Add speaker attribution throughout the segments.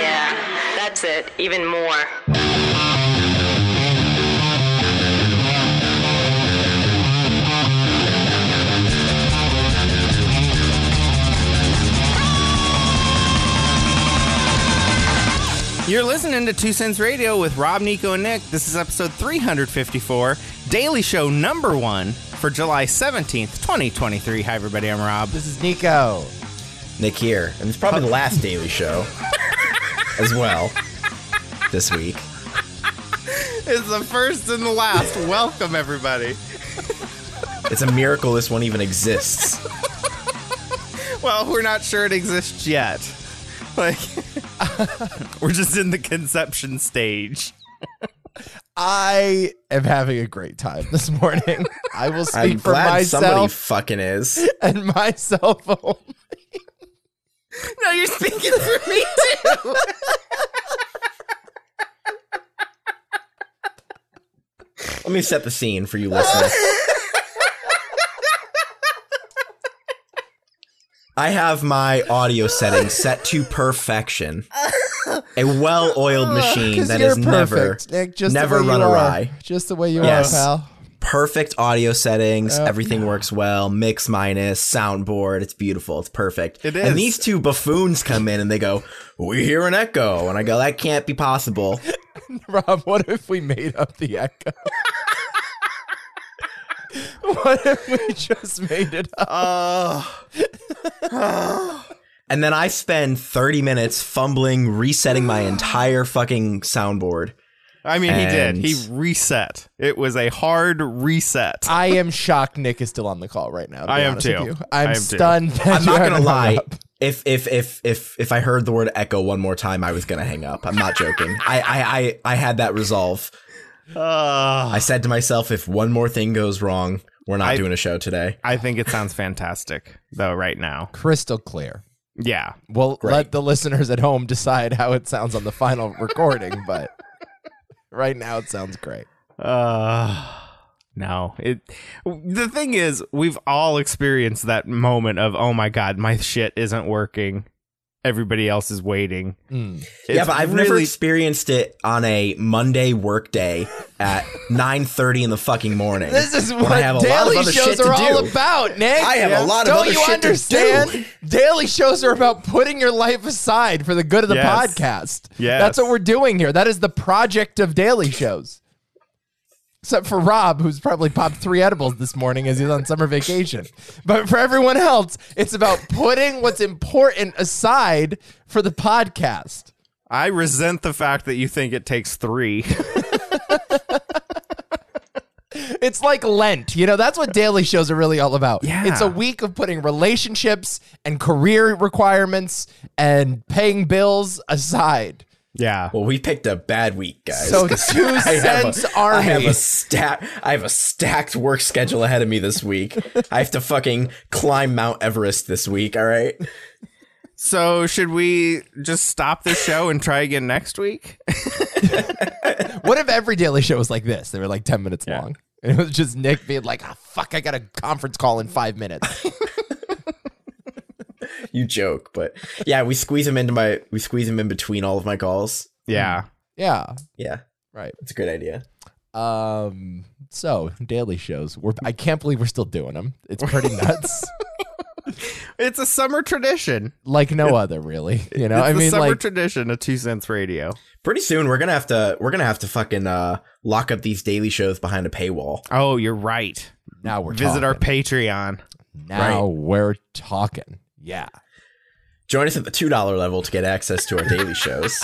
Speaker 1: yeah, that's it. Even more.
Speaker 2: You're listening to Two Cents Radio with Rob, Nico, and Nick. This is episode 354, Daily Show number one for July 17th, 2023. Hi, everybody. I'm Rob.
Speaker 3: This is Nico.
Speaker 4: Nick here, and it's probably the last Daily Show as well this week.
Speaker 2: It's the first and the last. Welcome, everybody.
Speaker 4: It's a miracle this one even exists.
Speaker 2: Well, we're not sure it exists yet. Like, we're just in the conception stage.
Speaker 3: I am having a great time this morning. I will speak
Speaker 4: I'm
Speaker 3: for
Speaker 4: glad somebody
Speaker 3: myself
Speaker 4: fucking is.
Speaker 3: and myself alone.
Speaker 2: No, you're speaking for me, too.
Speaker 4: Let me set the scene for you listeners. I have my audio settings set to perfection. A well-oiled machine
Speaker 3: 'Cause
Speaker 4: that
Speaker 3: you're
Speaker 4: is never
Speaker 3: perfect, Nick, just the
Speaker 4: never
Speaker 3: way
Speaker 4: run
Speaker 3: you are.
Speaker 4: awry.
Speaker 3: Just the way you
Speaker 4: Yes.
Speaker 3: are, pal.
Speaker 4: perfect audio settings.
Speaker 3: Yep.
Speaker 4: Everything works well. Mix minus soundboard. It's beautiful. It's perfect.
Speaker 2: It is.
Speaker 4: And these two buffoons come in and they go, "We hear an echo," and I go, "That can't be possible."
Speaker 3: Rob, what if we made up the echo? what if we just made it up?
Speaker 4: And then I spend 30 minutes fumbling, resetting my entire fucking soundboard.
Speaker 2: I mean,
Speaker 4: And-
Speaker 2: he did. He reset. It was a hard reset.
Speaker 3: I am shocked Nick is still on the call right now. to be
Speaker 2: I am
Speaker 3: honest with
Speaker 2: too.
Speaker 3: you.
Speaker 2: I
Speaker 3: I'm
Speaker 2: am too.
Speaker 3: stunned. That
Speaker 4: I'm
Speaker 3: you
Speaker 4: not gonna
Speaker 3: haven't hung
Speaker 4: lie.
Speaker 3: up.
Speaker 4: If if if if if I heard the word echo one more time, I was gonna hang up. I'm not joking. I I I, I had that resolve.
Speaker 2: Uh,
Speaker 4: I said to myself, if one more thing goes wrong, we're not
Speaker 2: I-
Speaker 4: doing a show today.
Speaker 2: I think it sounds fantastic, though, right now.
Speaker 3: Crystal clear.
Speaker 2: Yeah.
Speaker 3: We'll
Speaker 4: Great.
Speaker 3: let the listeners at home decide how it sounds on the final recording, but right now it sounds great.
Speaker 2: Uh no. It the thing is, we've all experienced that moment of oh my god, my shit isn't working. Everybody else is waiting.
Speaker 3: Mm.
Speaker 4: yeah,
Speaker 2: It's
Speaker 4: but I've never experienced it on a Monday workday at 9:30 in the fucking morning.
Speaker 3: This is
Speaker 4: when
Speaker 3: what
Speaker 4: I have a lot of
Speaker 3: daily
Speaker 4: other
Speaker 3: shows
Speaker 4: shit to
Speaker 3: are all
Speaker 4: do.
Speaker 3: about, Nick.
Speaker 4: I have a lot of
Speaker 3: Don't
Speaker 4: other
Speaker 3: you
Speaker 4: shit to do.
Speaker 3: understand? Daily shows are about putting your life aside for the good of the
Speaker 2: Yes.
Speaker 3: podcast.
Speaker 2: Yes.
Speaker 3: That's what we're doing here. That is the project of daily shows. Except for Rob, who's probably popped three edibles this morning as he's on summer vacation. But for everyone else, it's about putting what's important aside for the podcast.
Speaker 2: I resent the fact that you think it takes 3.
Speaker 3: It's like Lent. You know, that's what daily shows are really all about.
Speaker 2: Yeah.
Speaker 3: It's a week of putting relationships and career requirements and paying bills aside.
Speaker 2: yeah.
Speaker 4: Well, we picked a bad week, guys.
Speaker 3: So
Speaker 4: 'cause
Speaker 3: two
Speaker 4: I have
Speaker 3: cents
Speaker 4: a,
Speaker 3: army.
Speaker 4: I have a stack. I have a stacked work schedule ahead of me this week. I have to fucking climb Mount Everest this week. All right.
Speaker 2: So, should we just stop the show and try again next week?
Speaker 3: What if every daily show was like this? They were like 10 minutes long. And it was just Nick being like, oh, fuck, I got a conference call in five minutes.
Speaker 4: You joke, but yeah, we squeeze him into my. We squeeze him in between all of my calls.
Speaker 2: yeah.
Speaker 3: yeah.
Speaker 4: Yeah,
Speaker 3: Right.
Speaker 4: it's a good idea.
Speaker 3: Um, so daily shows. We're I can't believe we're still doing them. It's pretty nuts.
Speaker 2: It's a summer tradition.
Speaker 3: like no other really. You know,
Speaker 2: it's
Speaker 3: I
Speaker 2: the
Speaker 3: mean
Speaker 2: summer
Speaker 3: like
Speaker 2: tradition of 2 cents radio.
Speaker 4: Pretty soon we're gonna have to. We're gonna have to fucking uh, lock up these daily shows behind a paywall.
Speaker 2: Oh, you're right.
Speaker 3: now we're
Speaker 2: Visit our
Speaker 3: talking.
Speaker 2: Patreon.
Speaker 3: Now we're talking. Yeah.
Speaker 4: Join us at the $2 level to get access to our daily shows.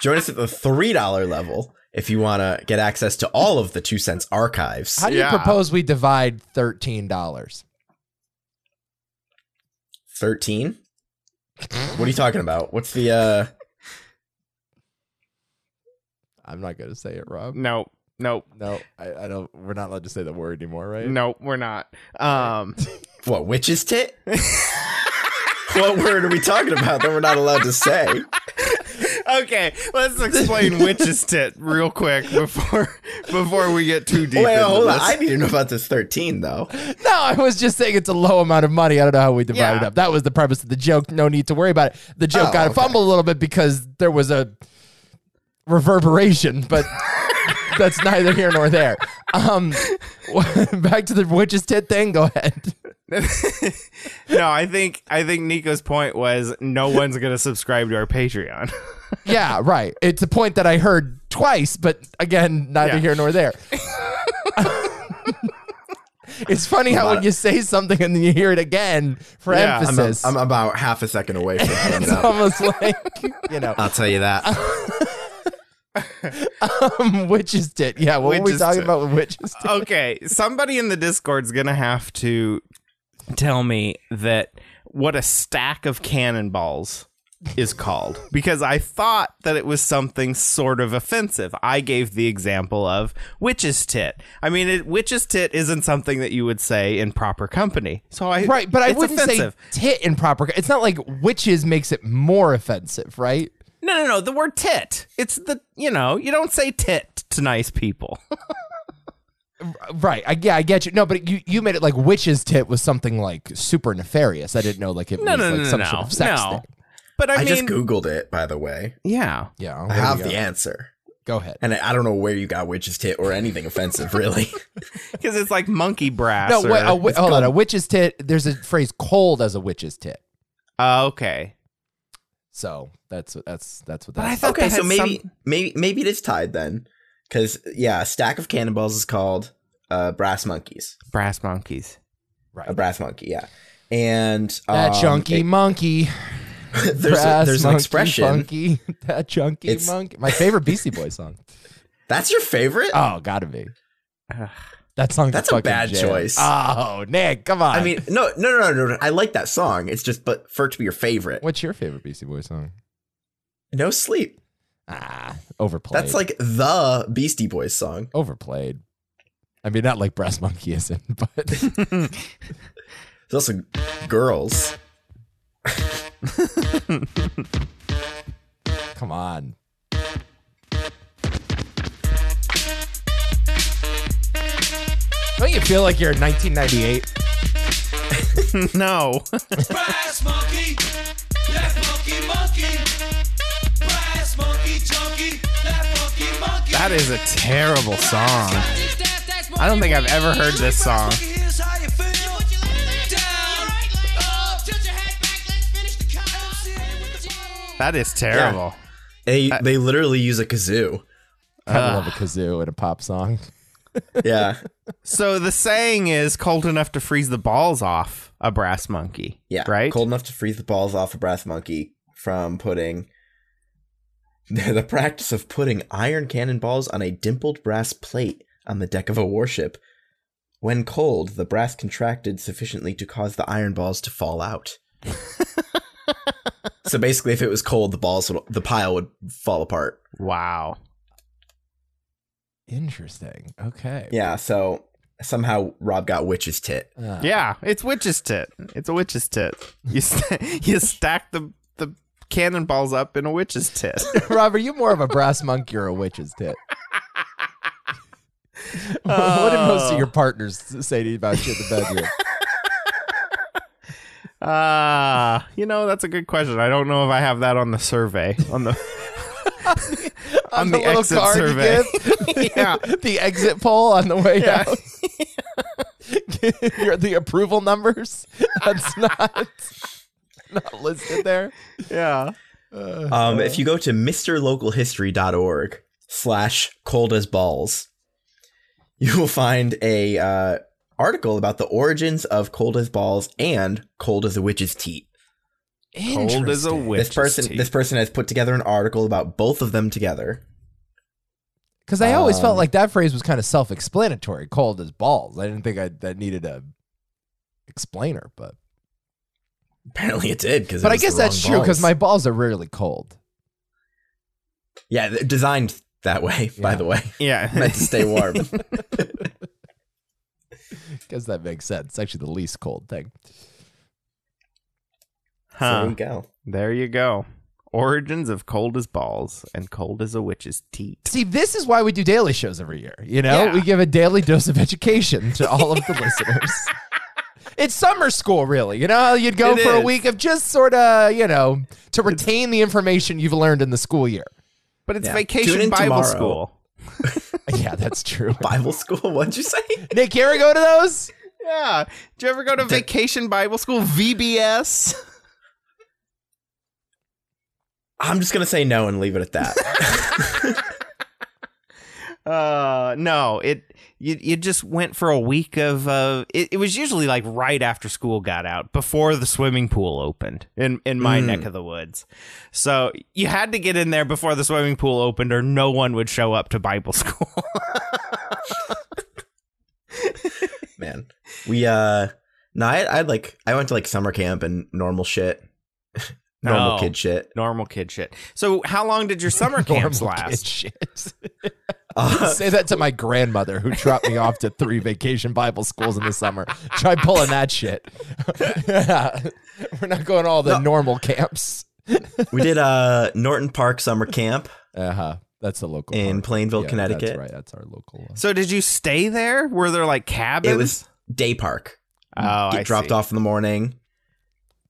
Speaker 4: Join us at the $3 level if you want to get access to all of the 2 cents archives.
Speaker 3: How do
Speaker 2: Yeah.
Speaker 3: you propose we divide thirteen dollars?
Speaker 4: 13? What are you talking about? What's the uh
Speaker 3: I'm not gonna say it, Rob.
Speaker 2: No. Nope.
Speaker 3: No, I, I don't. We're not allowed to say that word anymore, right?
Speaker 2: Nope, we're not. Um
Speaker 4: what witch's tit? what word are we talking about that we're not allowed to say?
Speaker 2: Okay, let's explain witch's tit real quick before before we get too deep.
Speaker 4: Wait,
Speaker 2: into
Speaker 4: hold on.
Speaker 2: this.
Speaker 4: I need to know about this 13, though.
Speaker 3: No, I was just saying it's a low amount of money. I don't know how we divide it
Speaker 2: Yeah.
Speaker 3: up. That was the premise of the joke. No need to worry about it. The joke
Speaker 4: Oh,
Speaker 3: got
Speaker 4: okay.
Speaker 3: fumbled a little bit because there was a reverberation, but that's neither here nor there. Um, back to the witch's tit thing. Go ahead.
Speaker 2: no, I think I think Nico's point was no one's gonna subscribe to our Patreon.
Speaker 3: Yeah, right. It's a point that I heard twice, but again, neither
Speaker 2: Yeah.
Speaker 3: here nor there. it's funny how when
Speaker 4: about-
Speaker 3: you say something and then you hear it again for
Speaker 2: Yeah, I'm a-
Speaker 4: I'm, a,
Speaker 3: emphasis.
Speaker 4: I'm about half a second away from hanging
Speaker 3: it's
Speaker 4: up.
Speaker 3: almost like you know,
Speaker 4: I'll tell you that.
Speaker 3: um, witch's tit. Yeah, what were we
Speaker 2: Witch's
Speaker 3: talking
Speaker 2: tit. Uh,
Speaker 3: about with witch's tit?
Speaker 2: okay, somebody in the Discord's gonna have to tell me that what a stack of cannonballs is called because I thought that it was something sort of offensive. I gave the example of witch's tit. I mean, it, witch's tit isn't something that you would say in proper company. So I
Speaker 3: Right, but I
Speaker 2: it's
Speaker 3: wouldn't
Speaker 2: offensive.
Speaker 3: say tit in proper. It's not like witches makes it more offensive, right?
Speaker 2: No, no, no. The word tit. It's the you know you don't say tit to nice people.
Speaker 3: Right. I, yeah, I get you. No, but you, you made it like witch's tit was something like super nefarious. I didn't know like it
Speaker 2: No,
Speaker 3: was
Speaker 2: no,
Speaker 3: like
Speaker 2: no,
Speaker 3: some
Speaker 2: no,
Speaker 3: sort
Speaker 2: no.
Speaker 3: of sex
Speaker 2: no.
Speaker 3: thing.
Speaker 2: But I,
Speaker 4: I
Speaker 2: mean,
Speaker 4: just Googled it, by the way.
Speaker 2: yeah.
Speaker 3: Yeah.
Speaker 4: I
Speaker 3: there
Speaker 4: have
Speaker 3: you
Speaker 4: the
Speaker 3: go.
Speaker 4: answer.
Speaker 3: go ahead.
Speaker 4: And I, I don't know where you got witch's tit or anything offensive, really.
Speaker 2: Because it's like monkey brass.
Speaker 3: No,
Speaker 2: No,
Speaker 3: wait, a, wi- hold on. A witch's tit. There's a phrase "cold as a witch's tit."
Speaker 2: Oh, okay.
Speaker 3: So that's what that's that's what
Speaker 2: But
Speaker 3: that.
Speaker 2: I
Speaker 3: is.
Speaker 2: thought
Speaker 4: okay,
Speaker 2: that
Speaker 4: so
Speaker 2: had
Speaker 4: maybe
Speaker 2: some-
Speaker 4: maybe maybe it is tied then. Cause yeah, a stack of cannonballs is called uh, brass monkeys.
Speaker 2: brass monkeys.
Speaker 4: A brass monkey, yeah. And
Speaker 3: that
Speaker 4: um,
Speaker 3: chunky monkey.
Speaker 4: it- there's a,
Speaker 3: brass
Speaker 4: there's an
Speaker 3: monkey,
Speaker 4: expression.
Speaker 3: Funky, that chunky
Speaker 4: It's-
Speaker 3: monkey. My favorite Beastie Boy song.
Speaker 4: That's your favorite?
Speaker 3: Oh, gotta be.
Speaker 2: Ugh.
Speaker 3: That song.
Speaker 4: That's a bad choice.
Speaker 3: Oh, Nick, come on.
Speaker 4: I mean, no, no, no, no, no. I like that song. It's just, but for it to be your favorite,
Speaker 3: what's your favorite Beastie Boy song?
Speaker 4: no sleep.
Speaker 3: Ah, overplayed.
Speaker 4: That's like the Beastie Boys song.
Speaker 3: overplayed. I mean, not like Brass Monkey isn't, but
Speaker 4: There's also girls.
Speaker 3: come on. Don't you feel like you're in 1998?
Speaker 2: no.
Speaker 5: Brass monkey, left monkey, monkey. Brass monkey, chunky, left monkey, monkey.
Speaker 2: that is a terrible song. I don't think I've ever heard this song.
Speaker 5: Here's how you feel. Down, up. LCA with the bottle.
Speaker 2: That is terrible.
Speaker 4: They they literally use a kazoo.
Speaker 3: Kind of love a kazoo and a pop song.
Speaker 4: Yeah,
Speaker 2: So the saying is cold enough to freeze the balls off a brass monkey.
Speaker 4: yeah.
Speaker 2: Right?
Speaker 4: Cold enough to freeze the balls off a brass monkey from putting. The practice of putting iron cannonballs on a dimpled brass plate on the deck of a warship. When cold, the brass contracted sufficiently to cause the iron balls to fall out. so basically, if it was cold, the balls would, the pile would fall apart.
Speaker 2: Wow.
Speaker 3: Interesting. Okay.
Speaker 4: Yeah, so somehow Rob got witch's tit.
Speaker 3: Uh,
Speaker 2: Yeah, it's witch's tit. It's a witch's tit. You st- you stack the the cannonballs up in a witch's tit.
Speaker 3: Rob, are you more of a brass monkey or a witch's tit? what did most
Speaker 2: Oh.
Speaker 3: of your partners say to you about you in the bedroom?
Speaker 2: Ah, you know that's a good question. I don't know if I have that on the survey on the on, the,
Speaker 3: little
Speaker 2: exit
Speaker 3: card you
Speaker 2: survey.
Speaker 3: give?
Speaker 2: Yeah.
Speaker 3: the exit poll on the way out. Your- the approval numbers. That's not not listed there.
Speaker 2: yeah.
Speaker 4: Um, if you go to mrlocalhistory.org slash cold as balls, you will find a uh, article about the origins of cold as balls and cold as a witch's teat.
Speaker 2: Cold as a witch.
Speaker 4: this person this person has put together an article about both of them together.
Speaker 3: Because I always felt
Speaker 4: Um,
Speaker 3: like that phrase was kind of self-explanatory. Cold as balls. I didn't think I that needed a explainer, but
Speaker 4: Apparently it did because
Speaker 3: but I guess that's true because my balls are rarely cold.
Speaker 4: Yeah, they're designed that way, by
Speaker 3: Yeah.
Speaker 4: the way.
Speaker 2: yeah.
Speaker 4: Meant to stay warm.
Speaker 3: Guess that makes sense. It's actually the least cold thing.
Speaker 4: So there
Speaker 2: Huh.
Speaker 4: you go.
Speaker 2: There you go. Origins of Cold as Balls and Cold as a Witch's Teat.
Speaker 3: See, this is why we do daily shows every year. You know,
Speaker 2: Yeah.
Speaker 3: we give a daily dose of education to all of the listeners. It's summer school, really. You know, how you'd go
Speaker 2: It
Speaker 3: for a
Speaker 2: is.
Speaker 3: week of just sort of, you know, to retain the information you've learned in the school year.
Speaker 2: But it's
Speaker 4: Yeah. Tune
Speaker 2: Vacation
Speaker 4: in
Speaker 2: Bible
Speaker 4: tomorrow.
Speaker 2: School.
Speaker 3: Yeah, that's true.
Speaker 4: Bible school? What'd you say?
Speaker 3: Nick, you ever go to those?
Speaker 2: Yeah. Did you ever go to Vacation Bible School? VBS?
Speaker 4: I'm just gonna say no and leave it at that.
Speaker 2: Uh, no. It you you just went for a week of uh. It, it was usually like right after school got out, before the swimming pool opened in in my
Speaker 4: Mm.
Speaker 2: neck of the woods. So you had to get in there before the swimming pool opened, or no one would show up to Bible school.
Speaker 4: Man, we uh, no, I I like I went to like summer camp and normal shit, normal
Speaker 3: Oh.
Speaker 2: No.
Speaker 4: kid shit.
Speaker 2: Normal kid shit. So how long did your summer camps
Speaker 3: Normal
Speaker 2: last?
Speaker 3: kid shit.
Speaker 4: Uh,
Speaker 3: Say that to my grandmother who dropped me off to three vacation Bible schools in the summer. Try pulling that shit. yeah. We're not going all
Speaker 4: No.
Speaker 3: the normal camps.
Speaker 4: we did uh Norton Park summer camp
Speaker 3: Uh huh. That's the local
Speaker 4: in
Speaker 3: park.
Speaker 4: Plainville,
Speaker 3: Yeah,
Speaker 4: Connecticut.
Speaker 3: That's right. That's our local.
Speaker 2: So did you stay there? Were there like cabins?
Speaker 4: It was day park.
Speaker 2: oh,
Speaker 4: Get
Speaker 2: I
Speaker 4: dropped
Speaker 2: see.
Speaker 4: off in the morning.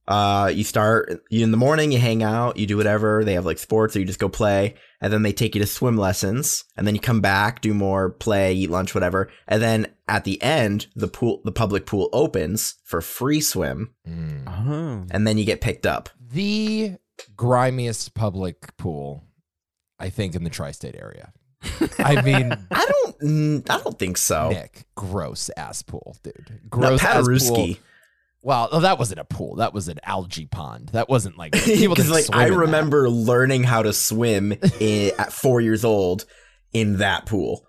Speaker 4: Uh, you start you in the morning. You hang out. You do whatever. They have like sports, or you just go play, and then they take you to swim lessons, and then you come back, do more, play, eat lunch, whatever, and then at the end, the pool, the public pool opens for free swim,
Speaker 3: Mm.
Speaker 2: Oh.
Speaker 4: and then you get picked up.
Speaker 3: The grimiest public pool, I think, in the tri-state area. I mean,
Speaker 4: I don't. mm, I don't think so.
Speaker 3: Nick, gross ass pool, dude.
Speaker 4: No,
Speaker 3: Gross ass pool.
Speaker 4: Paderewski.
Speaker 3: Well, oh, that wasn't a pool. That was an algae pond. That wasn't like people
Speaker 4: Because
Speaker 3: didn't
Speaker 4: like
Speaker 3: swim
Speaker 4: I
Speaker 3: in that.
Speaker 4: remember learning how to swim i- at four years old in that pool.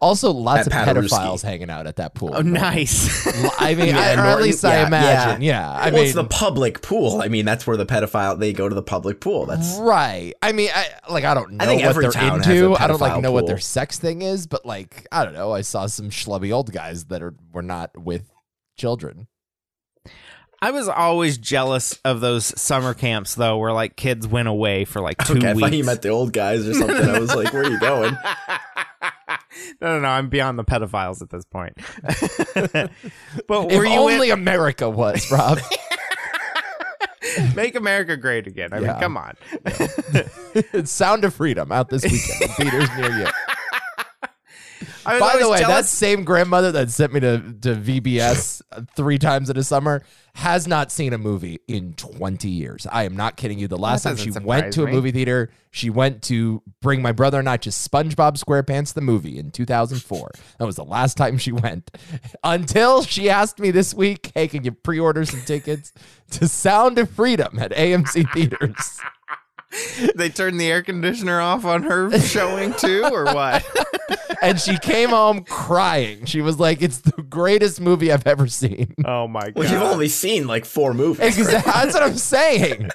Speaker 3: Also, lots of
Speaker 4: At Paderewski.
Speaker 3: pedophiles hanging out at that pool.
Speaker 2: Oh, nice.
Speaker 3: I mean,
Speaker 4: Yeah,
Speaker 3: I, or at
Speaker 4: Norton-
Speaker 3: least I
Speaker 4: yeah,
Speaker 3: imagine. Yeah, I
Speaker 4: well,
Speaker 3: mean,
Speaker 4: it's the public pool. I mean, that's where the pedophile they go to the public pool. That's
Speaker 3: right. I mean, I like I don't know
Speaker 4: I think
Speaker 3: what
Speaker 4: every
Speaker 3: they're
Speaker 4: town has a
Speaker 3: into. I don't like
Speaker 4: pedophile
Speaker 3: know what their
Speaker 4: pool.
Speaker 3: sex thing is, but like I don't know. I saw some schlubby old guys that are were not with children.
Speaker 2: I was always jealous of those summer camps though, where like kids went away for like two
Speaker 4: okay. I thought you
Speaker 2: weeks.
Speaker 4: meant the old guys or something. I was like, where are you going?
Speaker 2: no, no, no. I'm beyond the pedophiles at this point. but
Speaker 3: If
Speaker 2: were you
Speaker 3: only America was Rob.
Speaker 2: in- make America great again? I
Speaker 3: Yeah.
Speaker 2: mean, come on.
Speaker 3: it's Sound of Freedom out this weekend. in theaters near you.
Speaker 2: I was
Speaker 3: By the
Speaker 2: always
Speaker 3: way,
Speaker 2: jealous-
Speaker 3: that same grandmother that sent me to, to VBS three times in a summer has not seen a movie in 20 years. I am not kidding you. The last time she
Speaker 2: doesn't
Speaker 3: went
Speaker 2: surprise
Speaker 3: to a
Speaker 2: me.
Speaker 3: movie theater, she went to bring my brother and I to SpongeBob SquarePants the movie in 2004. That was the last time she went until she asked me this week, hey, can you pre order some tickets to Sound of Freedom at AMC Theaters?
Speaker 2: they turned the air conditioner off on her showing too, or what?
Speaker 3: and she came home crying. She was like, it's the greatest movie I've ever seen.
Speaker 2: oh my god!
Speaker 4: Well, you've only seen like four movies.
Speaker 3: Exactly. That's what I'm saying.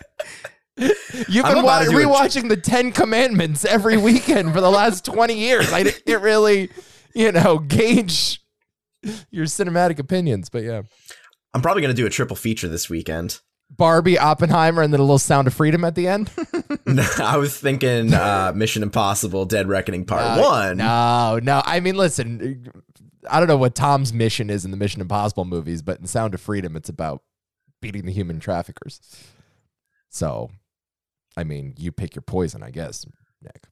Speaker 3: You've
Speaker 4: I'm
Speaker 3: been wa-
Speaker 4: about to do a-
Speaker 3: rewatching the Ten Commandments every weekend for the last 20 years. I didn't really, you know, gauge your cinematic opinions, but yeah.
Speaker 4: I'm probably gonna do a triple feature this weekend.
Speaker 3: Barbie, Oppenheimer, and then a little Sound of Freedom at the end.
Speaker 4: I was thinking uh, Mission Impossible: Dead Reckoning Part
Speaker 3: Uh,
Speaker 4: One.
Speaker 3: No, no. I mean, listen, I don't know what Tom's mission is in the Mission Impossible movies, but in Sound of Freedom, it's about beating the human traffickers. So, I mean, you pick your poison, I guess, Nick.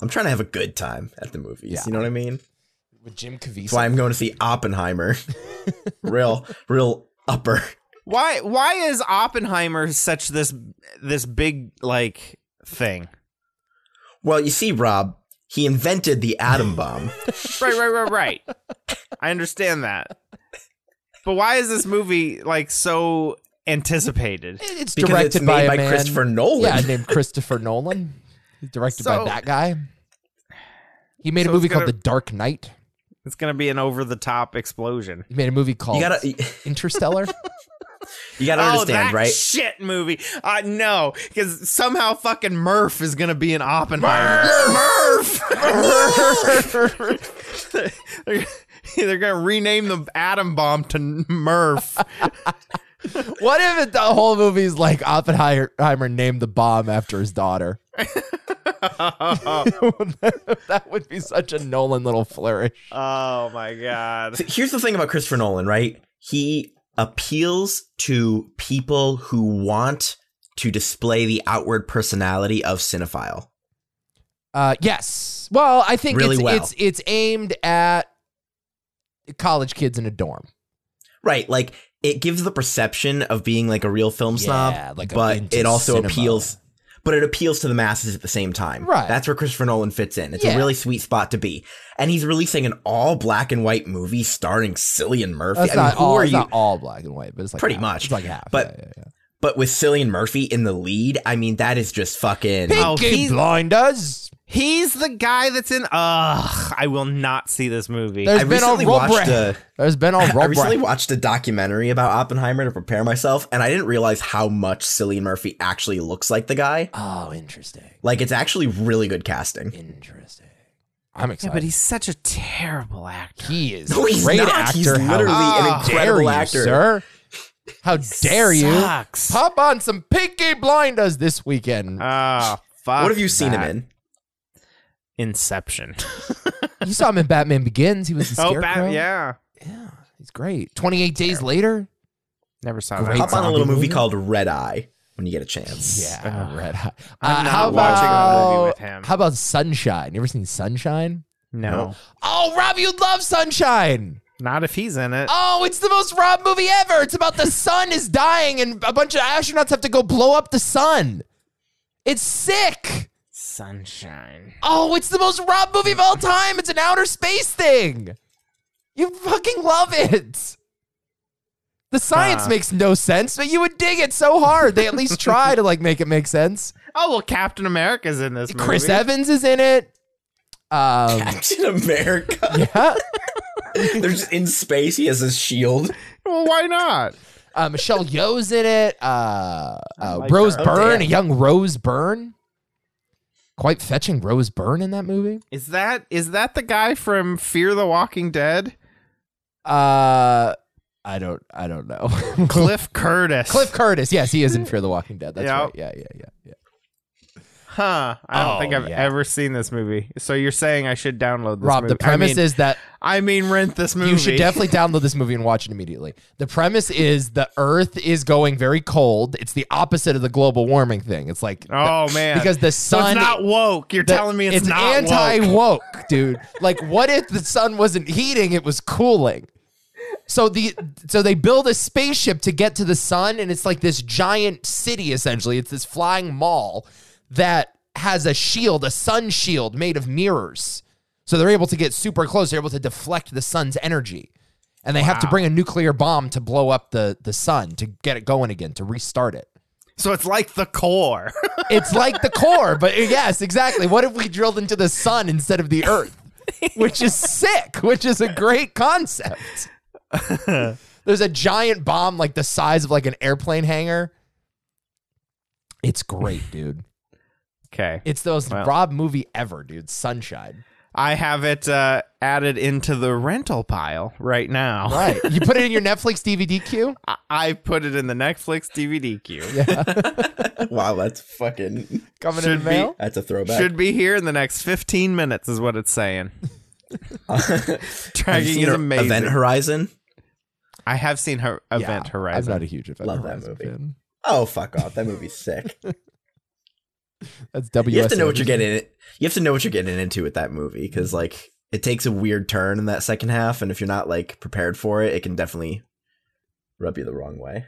Speaker 4: I'm trying to have a good time at the movies.
Speaker 3: Yeah.
Speaker 4: You know what I mean?
Speaker 3: With Jim
Speaker 4: That's why
Speaker 3: Caviezel.
Speaker 4: I'm going to see Oppenheimer. real, real upper.
Speaker 2: Why why is Oppenheimer such this this big like thing?
Speaker 4: Well, you see, Rob, he invented the atom bomb.
Speaker 2: Right, right, right, right. I understand that. But why is this movie like so anticipated?
Speaker 3: It's
Speaker 4: Because
Speaker 3: directed
Speaker 4: it's made
Speaker 3: by, a
Speaker 4: by
Speaker 3: man- Oh,
Speaker 4: Christopher Nolan.
Speaker 3: Yeah, named Christopher Nolan. He's Directed by
Speaker 2: So-
Speaker 3: that guy. He made
Speaker 2: So
Speaker 3: a movie
Speaker 2: it's
Speaker 3: called
Speaker 2: gonna-
Speaker 3: The Dark Knight.
Speaker 2: It's going to be an over the top explosion.
Speaker 3: He made a movie called
Speaker 4: You gotta, you
Speaker 3: Interstellar.
Speaker 4: gotta
Speaker 2: oh,
Speaker 4: understand,
Speaker 2: that
Speaker 4: right?
Speaker 2: shit movie. I know cuz somehow fucking Murph is going to be an Oppenheimer. Murph. They're, they're going to rename the atom bomb to Murph.
Speaker 3: What if it, the whole movie's like Oppenheimer named the bomb after his daughter? that would be such a Nolan little flourish.
Speaker 2: Oh my god.
Speaker 4: So here's the thing about Christopher Nolan, right? He appeals to people who want to display the outward personality of cinephile.
Speaker 3: Uh, yes. Well, I think
Speaker 4: Really
Speaker 3: it's,
Speaker 4: well.
Speaker 3: it's it's aimed at college kids in a dorm.
Speaker 4: Right, like it gives the perception of being like a real film snob,
Speaker 3: Yeah, like a
Speaker 4: but
Speaker 3: into
Speaker 4: it also
Speaker 3: cinema.
Speaker 4: appeals but it appeals to the masses at the same time.
Speaker 3: Right.
Speaker 4: That's where Christopher Nolan fits in. It's
Speaker 3: Yeah.
Speaker 4: a really sweet spot to be. And he's releasing an all black and white movie starring Cillian Murphy.
Speaker 3: That's
Speaker 4: I mean,
Speaker 3: not
Speaker 4: who
Speaker 3: all.
Speaker 4: are
Speaker 3: it's
Speaker 4: you?
Speaker 3: not all black and white, but it's like
Speaker 4: Pretty
Speaker 3: half.
Speaker 4: much.
Speaker 3: It's like half.
Speaker 4: But-
Speaker 3: yeah, yeah, yeah.
Speaker 4: But with Cillian Murphy in the lead, I mean that is just fucking
Speaker 2: Oh,
Speaker 3: Pinky
Speaker 2: he's-
Speaker 3: blinders.
Speaker 2: He's the guy that's in Ugh, I will not see this movie.
Speaker 3: There's
Speaker 4: I
Speaker 3: been a
Speaker 4: recently watched a
Speaker 3: rubber. There's been a
Speaker 4: I
Speaker 3: rubber.
Speaker 4: recently watched a documentary about Oppenheimer to prepare myself, and I didn't realize how much Cillian Murphy actually looks like the guy.
Speaker 3: Oh, interesting.
Speaker 4: Like, it's actually really good casting.
Speaker 3: Interesting. I'm
Speaker 2: yeah,
Speaker 3: excited.
Speaker 2: but he's such a terrible actor.
Speaker 3: he is
Speaker 4: No, he's
Speaker 3: great
Speaker 4: not.
Speaker 3: actor.
Speaker 4: He's
Speaker 3: How
Speaker 4: literally
Speaker 2: an
Speaker 4: incredible
Speaker 3: dare you,
Speaker 4: actor.
Speaker 3: sir. How dare you?
Speaker 2: Sucks.
Speaker 3: Pop on some Pinky Blinders this weekend.
Speaker 4: Uh,
Speaker 2: Oh, fuck.
Speaker 4: what have you seen
Speaker 2: that.
Speaker 4: him in?
Speaker 2: Inception.
Speaker 3: you saw him in Batman Begins. He was the
Speaker 2: oh,
Speaker 3: scarecrow.
Speaker 2: Bat- yeah.
Speaker 3: yeah, he's great. Twenty eight days later.
Speaker 2: Never saw
Speaker 3: Great
Speaker 2: that.
Speaker 4: Hop on a
Speaker 3: zombie
Speaker 4: little movie,
Speaker 3: movie?
Speaker 4: called Red Eye when you get a chance.
Speaker 3: Yeah,
Speaker 2: Ugh.
Speaker 3: red hot.
Speaker 2: I'm
Speaker 3: Uh,
Speaker 2: not
Speaker 3: how
Speaker 2: watching
Speaker 3: about,
Speaker 2: a movie with him.
Speaker 3: How about Sunshine? You ever seen Sunshine?
Speaker 2: Oh, No.
Speaker 4: No.
Speaker 3: Oh, Rob, you'd love Sunshine.
Speaker 2: Not if he's in it.
Speaker 3: Oh, it's the most Rob movie ever. It's about the sun is dying and a bunch of astronauts have to go blow up the sun. It's sick.
Speaker 2: Sunshine.
Speaker 3: Oh, it's the most Rob movie of all time. It's an outer space thing. You fucking love it. The science
Speaker 2: Huh.
Speaker 3: makes no sense, but you would dig it so hard. They at least try to like make it make sense.
Speaker 2: Oh well, Captain America's in this.
Speaker 3: Chris
Speaker 2: movie.
Speaker 3: Evans is in it. Um,
Speaker 4: Captain America.
Speaker 3: yeah.
Speaker 4: They're just in space. He has his shield.
Speaker 2: Well, why not?
Speaker 3: Uh, Michelle Yeoh's in it. Uh, uh,
Speaker 2: like
Speaker 3: Rose
Speaker 4: her. Oh,
Speaker 3: Byrne,
Speaker 4: damn.
Speaker 3: a young Rose Byrne. Quite fetching Rose Byrne in that movie.
Speaker 2: Is that is that the guy from Fear the Walking Dead?
Speaker 3: Uh, I don't, I don't know.
Speaker 2: Cliff Curtis.
Speaker 3: Cliff Curtis, yes, he is in Fear the Walking Dead. That's
Speaker 2: Yeah.
Speaker 3: right. Yeah, yeah, yeah, yeah.
Speaker 2: Huh. I don't
Speaker 3: Oh,
Speaker 2: think I've
Speaker 3: yeah.
Speaker 2: ever seen this movie. So you're saying I should download this
Speaker 3: Rob,
Speaker 2: movie.
Speaker 3: the premise
Speaker 2: I mean,
Speaker 3: is that
Speaker 2: I mean rent this movie.
Speaker 3: You should definitely download this movie and watch it immediately. The premise is the Earth is going very cold. It's the opposite of the global warming thing. It's like
Speaker 2: Oh man.
Speaker 3: because the
Speaker 2: so it's
Speaker 3: sun
Speaker 2: not woke. You're
Speaker 3: the-
Speaker 2: telling me it's, not
Speaker 3: anti
Speaker 2: woke.
Speaker 3: woke, dude. Like, what if the sun wasn't heating? It was cooling. So the so they build a spaceship to get to the sun, and it's like this giant city. Essentially, it's this flying mall that has a shield, a sun shield made of mirrors. So they're able to get super close. They're able to deflect the sun's energy, and they have to bring a nuclear bomb to blow up the the sun to get it going again to restart it.
Speaker 2: So it's like the core.
Speaker 3: It's like the core, but yes, exactly. What if we drilled into the sun instead of the earth? Which is sick, which is a great concept. There's a giant bomb like the size of like an airplane hangar. It's great, dude.
Speaker 2: okay.
Speaker 3: It's the most Rob movie ever, dude. Sunshine.
Speaker 2: I have it uh, added into the rental pile right now.
Speaker 3: Right. You put it in your Netflix DVD queue?
Speaker 2: I, I put it in the Netflix DVD queue.
Speaker 4: Wow, that's fucking.
Speaker 3: Coming in
Speaker 2: Should
Speaker 3: the
Speaker 2: be.
Speaker 3: mail?
Speaker 4: That's a throwback.
Speaker 2: Should be here in the next 15 minutes, is what it's saying.
Speaker 4: Have you
Speaker 2: Tracking
Speaker 4: seen
Speaker 2: is
Speaker 4: Her-
Speaker 2: amazing.
Speaker 4: Event Horizon?
Speaker 2: I have seen her Event
Speaker 3: Yeah,
Speaker 2: Horizon.
Speaker 3: I'm not a huge event.
Speaker 4: Love that
Speaker 3: Horizon
Speaker 4: movie.
Speaker 3: fan.
Speaker 4: Oh, fuck off. That movie's sick.
Speaker 3: That's WS.
Speaker 4: you have to know what you're getting. In. You have to know what you're getting into with that movie because like it takes a weird turn in that second half, and if you're not like prepared for it, it can definitely rub you the wrong way.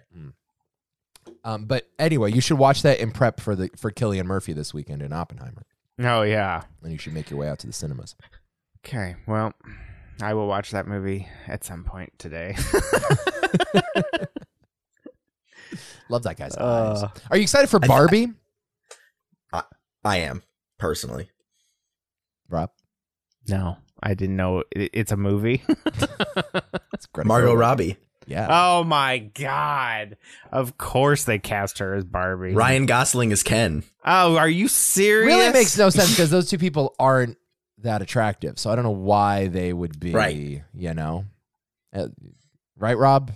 Speaker 3: Um, but anyway, you should watch that in prep for the for Killian Murphy this weekend in Oppenheimer.
Speaker 2: oh, yeah.
Speaker 3: and you should make your way out to the cinemas.
Speaker 2: Okay. Well, I will watch that movie at some point today.
Speaker 3: Love that guy's
Speaker 2: Uh,
Speaker 3: eyes. Are you excited for
Speaker 4: I-
Speaker 3: Barbie,
Speaker 4: I am personally.
Speaker 3: Rob?
Speaker 2: no, I didn't know it, it's a movie.
Speaker 3: That's great.
Speaker 4: Margot Robbie, Uh,
Speaker 3: Yeah.
Speaker 2: oh, my God. Of course they cast her as Barbie.
Speaker 4: Ryan Gosling is Ken.
Speaker 2: Oh, are you serious?
Speaker 3: really makes no sense because those two people aren't that attractive. So I don't know why they would be,
Speaker 4: Right.
Speaker 3: you know. Uh, right, Rob?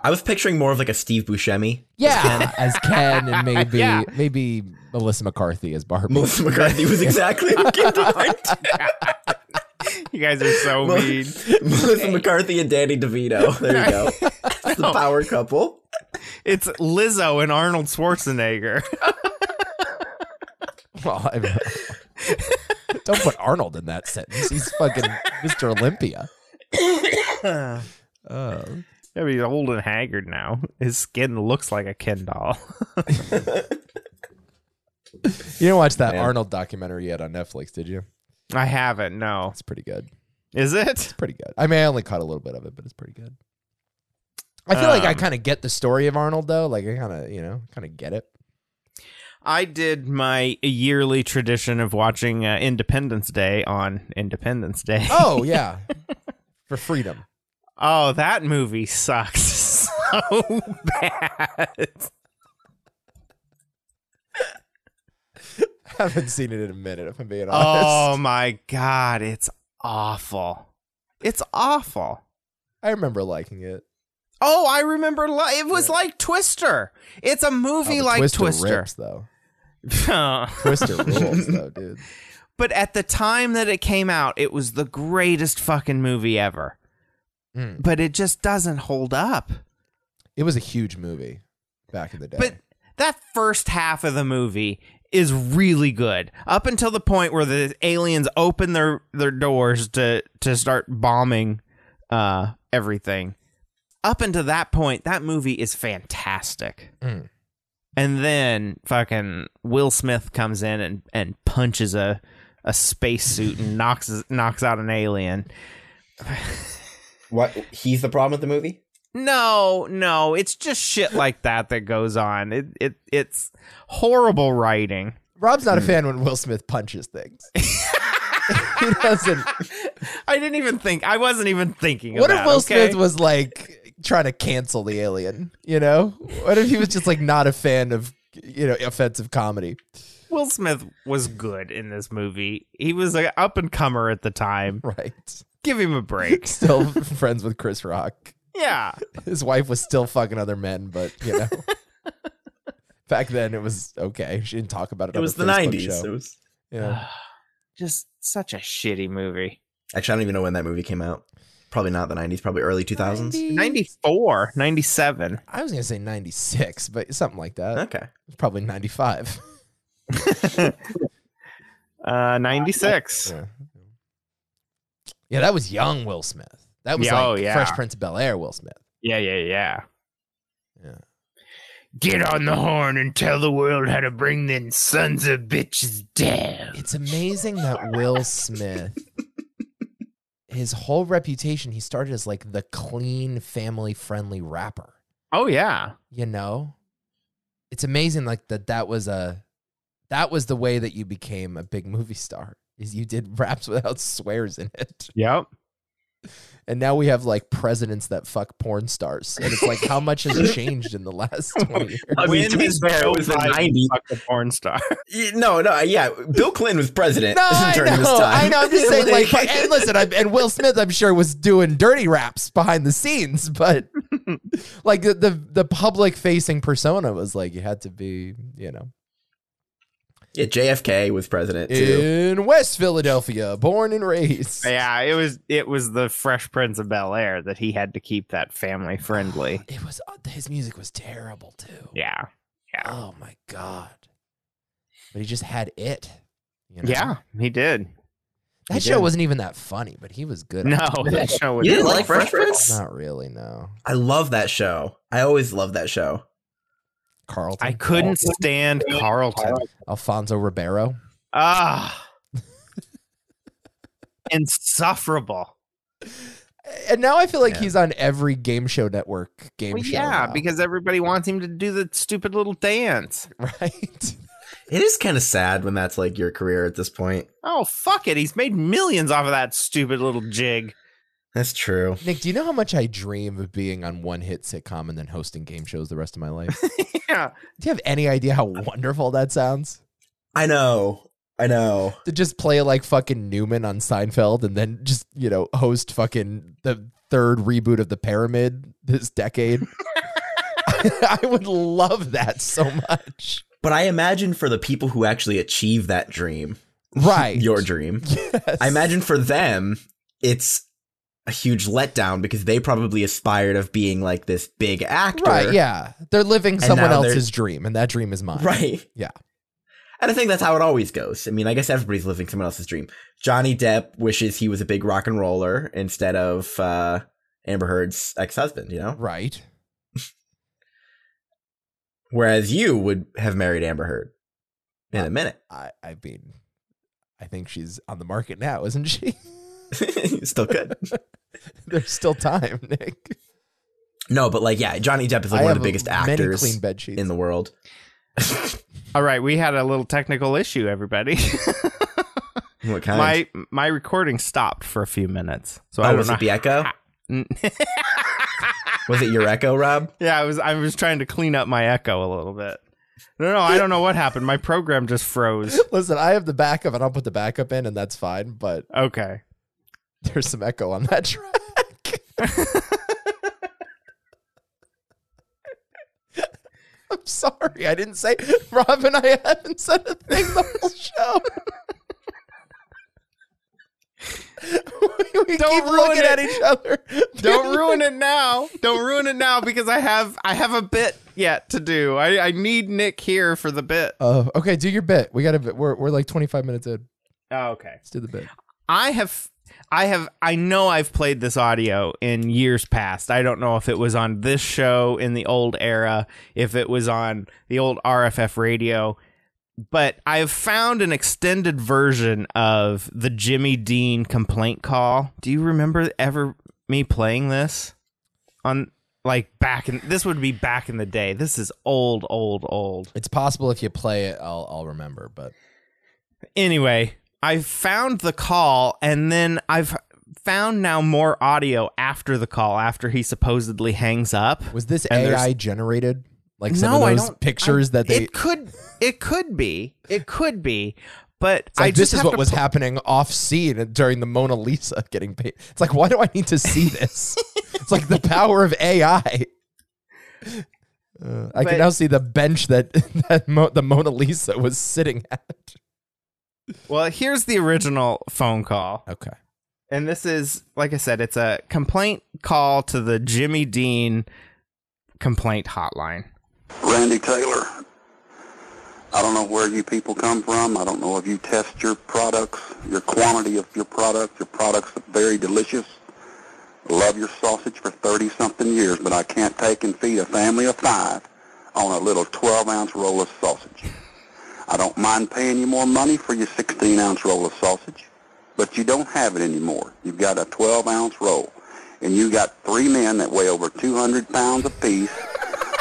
Speaker 4: I was picturing more of like a Steve Buscemi.
Speaker 3: Yeah, as Ken and maybe
Speaker 2: Yeah.
Speaker 3: maybe Melissa McCarthy as Barbie.
Speaker 4: Melissa McCarthy was exactly who came to mind.
Speaker 2: You guys are so mean.
Speaker 4: Melissa McCarthy and Danny DeVito. There you go. It's the power couple.
Speaker 2: It's Lizzo and Arnold Schwarzenegger.
Speaker 3: Well, I- don't put Arnold in that sentence. He's fucking Mr. Olympia. Uh,
Speaker 2: I mean, he's old and haggard now. His skin looks like a Ken doll.
Speaker 3: you didn't watch that
Speaker 4: Man.
Speaker 3: Arnold documentary yet on Netflix, did you?
Speaker 2: I haven't. No,
Speaker 3: It's pretty good.
Speaker 2: is it?
Speaker 3: Pretty good. I mean, I only caught a little bit of it, but it's pretty good. I feel like I
Speaker 2: Um,
Speaker 3: kind of get the story of Arnold though. Like I kind of, you know, kind of get it.
Speaker 2: I did my yearly tradition of watching uh, Independence Day on Independence Day.
Speaker 3: Oh yeah, for freedom.
Speaker 2: Oh, that movie sucks so bad.
Speaker 3: haven't seen it in a minute. If I'm being honest,
Speaker 2: Oh my god, it's awful. It's awful.
Speaker 3: I remember liking it.
Speaker 2: Oh, I remember. Li- it was like Twister. It's a
Speaker 3: Oh,
Speaker 2: movie
Speaker 3: but
Speaker 2: like
Speaker 3: Twister,
Speaker 2: Twister.
Speaker 3: rips though.
Speaker 2: Twister.
Speaker 3: Twister rules though, dude.
Speaker 2: but at the time that it came out, it was the greatest fucking movie ever.
Speaker 3: Mm.
Speaker 2: But it just doesn't hold up.
Speaker 3: It was a huge movie back in the day.
Speaker 2: But that first half of the movie is really good up until the point where the aliens open their their doors to to start bombing uh everything. Up until that point, that movie is fantastic.
Speaker 3: Mm.
Speaker 2: And then fucking Will Smith comes in and and punches a a spacesuit and knocks knocks out an alien.
Speaker 4: What? He's the problem with the movie?
Speaker 2: No, no, it's just shit like that that goes on. It it it's horrible writing.
Speaker 3: Rob's not a fan when Will Smith punches things. he doesn't.
Speaker 2: I didn't even think. I wasn't even thinking.
Speaker 3: What
Speaker 2: about,
Speaker 3: if Will
Speaker 2: okay?
Speaker 3: Smith was like trying to cancel the alien? You know, what if he was just like not a fan of you know offensive comedy?
Speaker 2: Will Smith was good in this movie. He was an up and comer at the time.
Speaker 3: Right.
Speaker 2: Give him a break.
Speaker 3: Still friends with Chris Rock.
Speaker 2: Yeah,
Speaker 3: His wife was still fucking other men, but you know. Back then, it was okay. She didn't talk about it.
Speaker 4: It
Speaker 3: on
Speaker 4: was
Speaker 3: her
Speaker 4: the
Speaker 3: Facebook
Speaker 4: '90s. It
Speaker 3: Show.
Speaker 4: was.
Speaker 3: Yeah.
Speaker 2: just such a shitty movie.
Speaker 4: Actually, I don't even know when that movie came out. Probably not the '90s. Probably early 2000s.
Speaker 2: 94, 97.
Speaker 3: I was gonna say ninety six, but something like that.
Speaker 4: Okay.
Speaker 3: It's probably ninety five.
Speaker 2: Uh, 96.
Speaker 3: Yeah. Yeah, that was young Will Smith. That was
Speaker 2: Yeah,
Speaker 3: like
Speaker 2: oh, yeah.
Speaker 3: Fresh Prince of Bel Air Will Smith.
Speaker 2: Yeah, yeah, yeah.
Speaker 3: Yeah.
Speaker 2: Get on the horn and tell the world how to bring them sons of bitches down.
Speaker 3: It's amazing that Will Smith, his whole reputation, he started as like the clean, family friendly rapper.
Speaker 2: Oh yeah.
Speaker 3: You know, it's amazing like that. That was a, that was the way that you became a big movie star. Is you did raps without swears in it.
Speaker 2: Yep.
Speaker 3: And now we have like presidents that fuck porn stars. And it's like, how much has changed in the last 20 years?
Speaker 4: I mean, to be
Speaker 2: is
Speaker 4: fair, it
Speaker 2: Joe
Speaker 4: was the
Speaker 2: Biden
Speaker 4: 90s.
Speaker 2: fuck a porn star?
Speaker 4: Y- No, no, yeah. Bill Clinton was president
Speaker 3: No, I
Speaker 4: during
Speaker 3: know.
Speaker 4: this time.
Speaker 3: I know. I'm just saying, like, but- and listen, I'm, and Will Smith, I'm sure, was doing dirty raps behind the scenes, but like the the, the public facing persona was like, you had to be, you know,
Speaker 4: yeah, JFK was president too.
Speaker 3: in West Philadelphia, born and raised.
Speaker 2: yeah, it was. It was the Fresh Prince of Bel Air that he had to keep that family friendly.
Speaker 3: It was uh, his music was terrible too.
Speaker 2: Yeah. Yeah.
Speaker 3: Oh my god! But he just had it. You know?
Speaker 2: Yeah, he did.
Speaker 3: That
Speaker 4: He
Speaker 3: show
Speaker 4: did.
Speaker 3: wasn't even that funny, but he was good.
Speaker 2: No,
Speaker 3: at it.
Speaker 2: that show was
Speaker 4: You didn't like Fresh Prince?
Speaker 3: not really. No,
Speaker 4: I love that show. I always love that show.
Speaker 3: Carlton.
Speaker 2: I couldn't stand Carlton.
Speaker 3: Alfonso Ribeiro.
Speaker 2: Ah, insufferable.
Speaker 3: And now I feel like
Speaker 4: Yeah.
Speaker 3: he's on every game show network game
Speaker 2: Well,
Speaker 3: show.
Speaker 2: yeah,
Speaker 3: now,
Speaker 2: because everybody wants him to do the stupid little dance.
Speaker 3: right.
Speaker 4: It is kind of sad when that's like your career at this point.
Speaker 2: Oh fuck it, he's made millions off of that stupid little jig.
Speaker 4: That's true.
Speaker 3: Nick, do you know how much I dream of being on one hit sitcom and then hosting game shows the rest of my life? do
Speaker 2: Yeah,
Speaker 3: you have any idea how wonderful that sounds?
Speaker 4: I know. I know.
Speaker 3: To just play like fucking Newman on Seinfeld and then just, you know, host fucking the third reboot of the pyramid this decade. I would love that so much.
Speaker 4: But I imagine for the people who actually achieve that dream,
Speaker 3: Right.
Speaker 4: your dream,
Speaker 3: Yes.
Speaker 4: I imagine for them, it's a huge letdown because they probably aspired of being like this big actor.
Speaker 3: Right, yeah. They're living someone
Speaker 4: now they're-
Speaker 3: else's dream, and that dream is mine.
Speaker 4: Right.
Speaker 3: Yeah.
Speaker 4: And I think that's how it always goes. I mean, I guess everybody's living someone else's dream. Johnny Depp wishes he was a big rock and roller instead of uh, Amber Heard's ex husband, you know?
Speaker 3: Right.
Speaker 4: Whereas you would have married Amber Heard in a minute.
Speaker 3: I, I mean, I think she's on the market now, isn't she?
Speaker 4: Still good.
Speaker 3: There's still time, Nick.
Speaker 4: No, but like, yeah, Johnny Depp is like
Speaker 3: I
Speaker 4: one of
Speaker 3: have
Speaker 4: the biggest
Speaker 3: Many
Speaker 4: actors
Speaker 3: clean bed sheets.
Speaker 4: in the world.
Speaker 2: All right, we had a little technical issue, everybody.
Speaker 4: What kind?
Speaker 2: my my recording stopped for a few minutes, so I
Speaker 4: oh,
Speaker 2: don't
Speaker 4: was
Speaker 2: know.
Speaker 4: it the echo? was it your echo, Rob?
Speaker 2: yeah, I was I was trying to clean up my echo a little bit. No, no, I don't know what happened. My program just froze.
Speaker 3: Listen, I have the backup, and I'll put the backup in, and that's fine. But
Speaker 2: Okay.
Speaker 3: there's some echo on that track. I'm sorry, I didn't say. Rob and I haven't said a thing the whole show. we we
Speaker 2: Don't
Speaker 3: keep
Speaker 2: ruin
Speaker 3: looking
Speaker 2: it.
Speaker 3: at each other.
Speaker 2: Don't ruin it now. Don't ruin it now because I have I have a bit yet to do. I, I need Nick here for the bit.
Speaker 3: Uh, okay, do your bit. We got to. We're we're like 25 minutes in.
Speaker 2: Oh, okay.
Speaker 3: Let's do the bit.
Speaker 2: I have I have I know I've played this audio in years past. I don't know if it was on this show in the old era, if it was on the old RFF radio, but I've found an extended version of the Jimmy Dean complaint call. Do you remember ever me playing this on like back in this would be back in the day. This is old, old, old.
Speaker 3: It's possible if you play it, I'll I'll remember. But
Speaker 2: anyway, I found the call and then I've found now more audio after the call after he supposedly hangs up.
Speaker 3: was this
Speaker 2: And there's-
Speaker 3: AI generated? Like some of those pictures
Speaker 2: I-
Speaker 3: that they
Speaker 2: It could it could be. It could be. But
Speaker 3: It's like,
Speaker 2: I just
Speaker 3: this is
Speaker 2: have
Speaker 3: what
Speaker 2: to
Speaker 3: was
Speaker 2: pl-
Speaker 3: happening off scene and during the Mona Lisa getting paid. It's like, why do I need to see this? it's like the power of AI. Uh, I
Speaker 2: But-
Speaker 3: can now see the bench that that Mo- the Mona Lisa was sitting at.
Speaker 2: Well, here's the original phone call.
Speaker 3: Okay,
Speaker 2: And this is, like I said, it's a complaint call to the Jimmy Dean complaint hotline.
Speaker 6: Randy Taylor. I don't know where you people come from. I don't know if you test your products, your quantity of your product. Your products are very delicious. Love your sausage for 30 something years, but I can't take and feed a family of five on a little 12 ounce roll of sausage. I don't mind paying you more money for your 16 ounce roll of sausage, but you don't have it anymore. You've got a 12 ounce roll, and you got three men that weigh over 200 pounds apiece,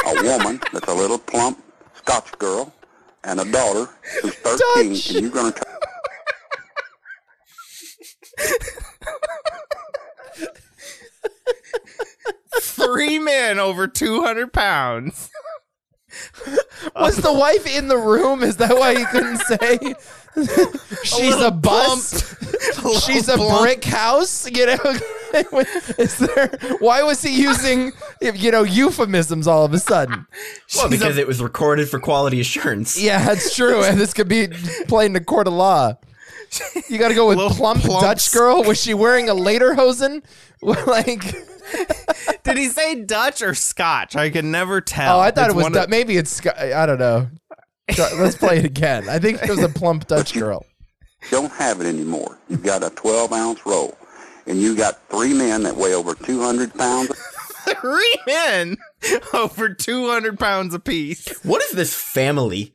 Speaker 6: a woman that's a little plump Scotch girl, and a daughter who's 13,
Speaker 3: Dutch.
Speaker 6: and you're going to.
Speaker 2: Three men over 200 pounds.
Speaker 3: was the wife in the room? Is that why you couldn't say she's a,
Speaker 2: little
Speaker 3: bus? She's a
Speaker 2: plump.
Speaker 3: brick house, you know. Is there? Why was he using, you know, euphemisms all of a sudden?
Speaker 4: Well, because it was recorded for quality assurance.
Speaker 3: Yeah, that's true. And this could be played in a court of law. You got to go with
Speaker 2: Little
Speaker 3: plump
Speaker 2: plumps.
Speaker 3: Dutch girl. Was she wearing a lederhosen? like,
Speaker 2: Did he say Dutch or Scotch? I could never tell.
Speaker 3: oh, I thought
Speaker 2: It's
Speaker 3: it was.
Speaker 2: one of-
Speaker 3: Dut maybe it's. Sc- I don't know. Try- Let's play it again. I think it was a plump Dutch girl.
Speaker 6: don't have it anymore. You've got a 12 ounce roll, and you got three men that weigh over 200 pounds.
Speaker 2: three men over 200 pounds apiece.
Speaker 4: What is this family?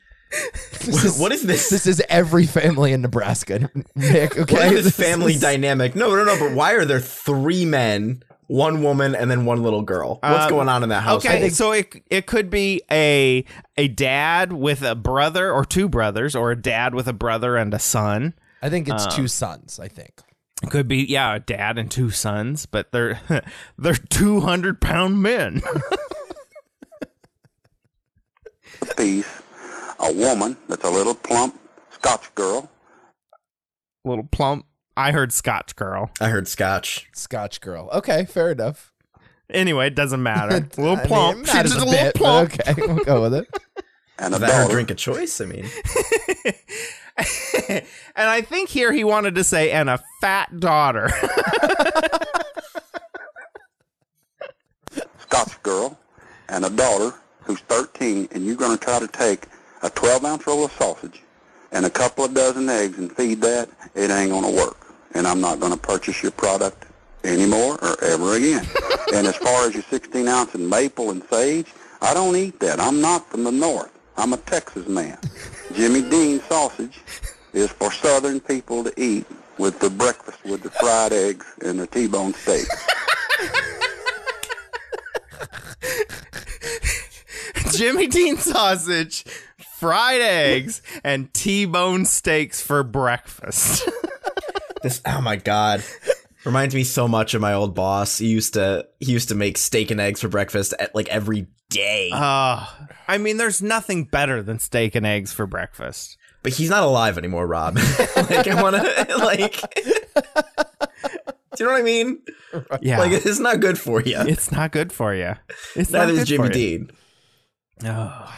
Speaker 4: what is this?
Speaker 3: This is every family in Nebraska, Nick. Okay,
Speaker 4: what is this
Speaker 3: This
Speaker 4: family
Speaker 3: is-
Speaker 4: dynamic? No, no, no. But why are there three men, one woman, and then one little girl? What's
Speaker 2: Um,
Speaker 4: going on in that house?
Speaker 2: Okay, so it it could be a a dad with a brother or two brothers or a dad with a brother and a son.
Speaker 3: I think it's
Speaker 2: uh.
Speaker 3: two sons. I think.
Speaker 2: It could be yeah, a dad and two sons, but they're they're 200 pound men.
Speaker 6: piece, a woman that's a little plump Scotch girl,
Speaker 2: Little plump I heard Scotch girl.
Speaker 4: I heard Scotch.
Speaker 3: Scotch girl. Okay, fair enough.
Speaker 2: Anyway, it doesn't matter. A little
Speaker 3: I mean,
Speaker 2: plump.
Speaker 3: not
Speaker 2: She's
Speaker 3: as
Speaker 2: just a,
Speaker 3: a
Speaker 2: little
Speaker 3: bit, but
Speaker 2: plump.
Speaker 3: Okay, we'll go with it.
Speaker 6: and a
Speaker 4: Is that her
Speaker 6: daughter.
Speaker 4: drink of choice? I mean,
Speaker 2: and I think here he wanted to say, and a fat daughter.
Speaker 6: Scotch girl and a daughter who's 13, and you're going to try to take a 12 ounce roll of sausage and a couple of dozen eggs and feed that, it ain't going to work. And I'm not going to purchase your product anymore or ever again. and as far as your 16 ounce and maple and sage, I don't eat that. I'm not from the north. I'm a Texas man. Jimmy Dean sausage is for southern people to eat with their breakfast with the fried eggs and the T-bone steak.
Speaker 2: Jimmy Dean sausage, fried eggs, and T-bone steaks for breakfast.
Speaker 4: this. Oh my god, reminds me so much of my old boss. He used to he used to make steak and eggs for breakfast at like every day.
Speaker 2: uh, I mean, there's nothing better than steak and eggs for breakfast.
Speaker 4: but he's not alive anymore, Rob. like I want to like. Do you know what I mean?
Speaker 2: Yeah,
Speaker 4: Like it's not good for you.
Speaker 2: it's not good for you. It's not
Speaker 4: Neither is
Speaker 2: good for
Speaker 4: Jimmy
Speaker 2: you.
Speaker 4: Dean.
Speaker 2: Oh.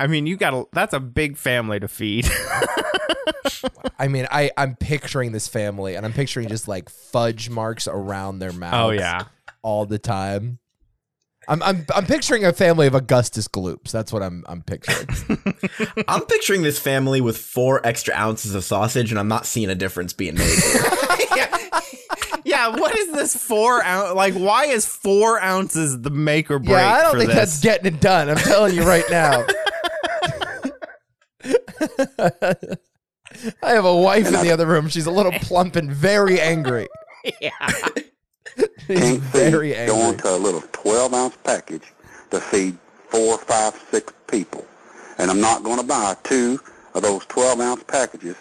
Speaker 2: I mean, you got to that's a big family to feed.
Speaker 3: I mean, I I'm picturing this family, and I'm picturing just like fudge marks around their mouths.
Speaker 2: oh yeah.
Speaker 3: all the time. I'm I'm I'm picturing a family of Augustus Gloops. That's what I'm I'm picturing.
Speaker 4: I'm picturing this family with four extra ounces of sausage, and I'm not seeing a difference being made.
Speaker 2: Yeah, what is this 4 ounce like why is 4 ounces the make or break
Speaker 3: yeah, I don't
Speaker 2: for
Speaker 3: think
Speaker 2: this?
Speaker 3: that's getting it done. I'm telling you right now. I have a wife in the other room. She's a little plump and very angry. Yeah. She's
Speaker 6: Can't
Speaker 3: very
Speaker 6: feed, go
Speaker 3: angry.
Speaker 6: into a little 12 ounce package to feed four, five, six people. And I'm not going to buy two of those 12 ounce packages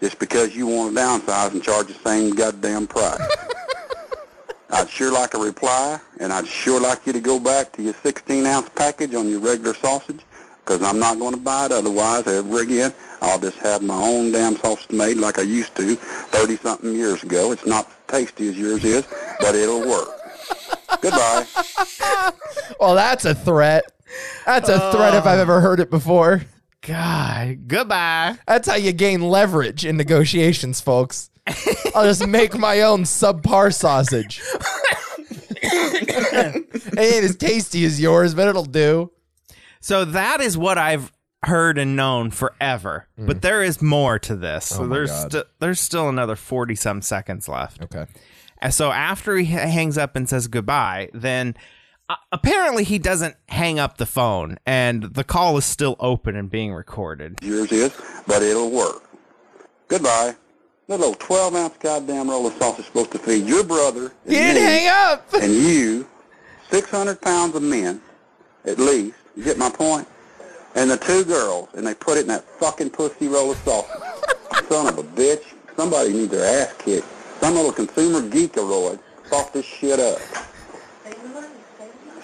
Speaker 6: just because you want to downsize and charge the same goddamn price. I'd sure like a reply, and I'd sure like you to go back to your 16 ounce package on your regular sausage, because I'm not going to buy it otherwise ever again. I'll just have my own damn sausage made like I used to 30 something years ago. It's not tasty as yours is, but it'll work. Goodbye.
Speaker 3: Well, that's a threat. That's a threat if
Speaker 2: Oh.
Speaker 3: I've ever heard it before.
Speaker 2: God. Goodbye.
Speaker 3: That's how you gain leverage in negotiations, folks. I'll just make my own subpar sausage. it ain't as tasty as yours, but it'll do.
Speaker 2: So that is what I've heard and known forever. But there is more to this. So there's st- there's still another 40 some seconds left.
Speaker 3: Okay.
Speaker 2: And so after he h- hangs up and says goodbye, then uh, apparently he doesn't hang up the phone and the call is still open and being recorded.
Speaker 6: Yours is, but it'll work. Goodbye. That little 12 ounce goddamn roll of sausage supposed to feed your brother.
Speaker 3: He didn't hang up.
Speaker 6: and you, 600 pounds of men, at least, you get my point? And the two girls, and they put it in that fucking pussy roll of sausage. Son of a bitch. Somebody needs their ass kicked. Some little consumer geekaroid fucked this shit up.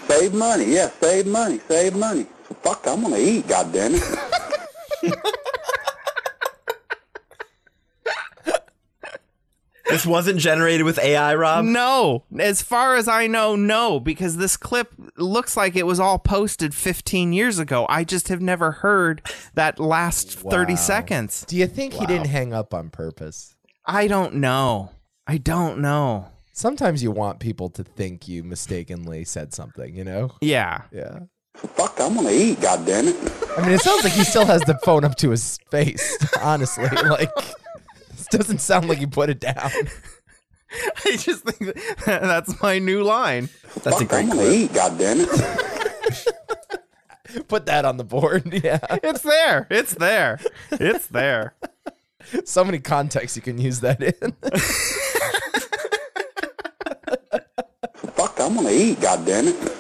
Speaker 6: Save money, yeah, save money, save money. So fuck, I'm gonna eat, goddammit.
Speaker 4: this wasn't generated with AI, Rob.
Speaker 2: Um, No, as far as I know, no, because this clip looks like it was all posted 15 years ago. I just have never heard that last 30
Speaker 3: Wow.
Speaker 2: seconds.
Speaker 3: Do you think he didn't hang up on purpose?
Speaker 2: I don't know. I don't know.
Speaker 3: Sometimes you want people to think you mistakenly said something, you know?
Speaker 2: Yeah.
Speaker 3: Yeah.
Speaker 6: So fuck, I'm gonna eat, goddammit.
Speaker 3: I mean, it sounds like he still has the phone up to his face, honestly. Like, this doesn't sound like he put it down.
Speaker 2: I just think that- that's my new line.
Speaker 4: That's a
Speaker 6: fuck, I'm
Speaker 4: great
Speaker 6: gonna
Speaker 4: clip.
Speaker 6: eat, goddammit.
Speaker 3: Put that on the board. Yeah.
Speaker 2: It's there. It's there. It's there.
Speaker 3: so many contexts you can use that in.
Speaker 6: Fuck, I'm gonna eat, goddammit.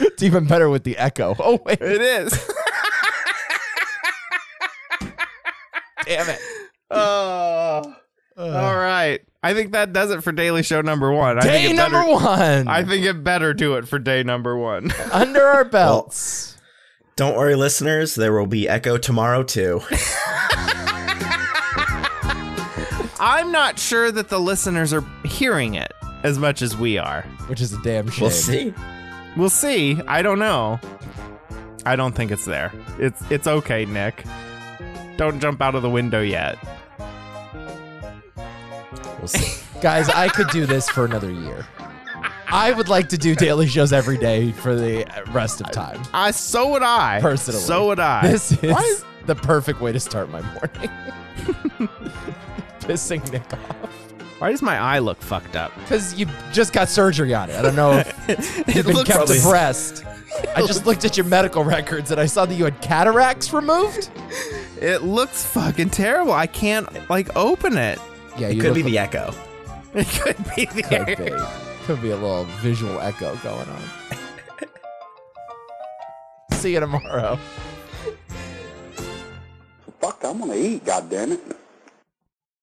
Speaker 3: It's even better with the echo. Oh wait,
Speaker 2: It is.
Speaker 3: damn it! Uh.
Speaker 2: Oh. Uh, All right. I think that does it for Daily Show number one. I think
Speaker 3: Day
Speaker 2: it
Speaker 3: number
Speaker 2: better,
Speaker 3: one
Speaker 2: I think it better do it for day number one.
Speaker 3: under our belts.
Speaker 4: Don't worry, listeners. There will be echo tomorrow too.
Speaker 2: I'm not sure that the listeners are hearing it as much as we are.
Speaker 3: which is a damn shame.
Speaker 4: We'll see.
Speaker 2: We'll see. I don't know. I don't think it's there. It's it's okay, Nick. Don't jump out of the window yet.
Speaker 4: We'll see.
Speaker 3: Guys, I could do this for another year. I would like to do daily shows every day for the rest of time.
Speaker 2: I so would I.
Speaker 3: Personally,
Speaker 2: So would I.
Speaker 3: This is
Speaker 2: Why-
Speaker 3: the perfect way to start my morning. Pissing Nick off
Speaker 2: Why does my eye look fucked up?
Speaker 3: because you just got surgery on it. I don't know if you've been
Speaker 2: looks
Speaker 3: kept
Speaker 2: probably-
Speaker 3: abreast. I just looked at your medical records and I saw that you had cataracts removed.
Speaker 2: It looks fucking terrible. I can't like open it.
Speaker 3: Yeah,
Speaker 4: It
Speaker 3: you
Speaker 4: could
Speaker 3: look
Speaker 4: be the echo.
Speaker 2: It could be the
Speaker 3: could be. Could be a little visual echo going on. See you tomorrow.
Speaker 6: Fuck, I'm gonna eat. God damn it.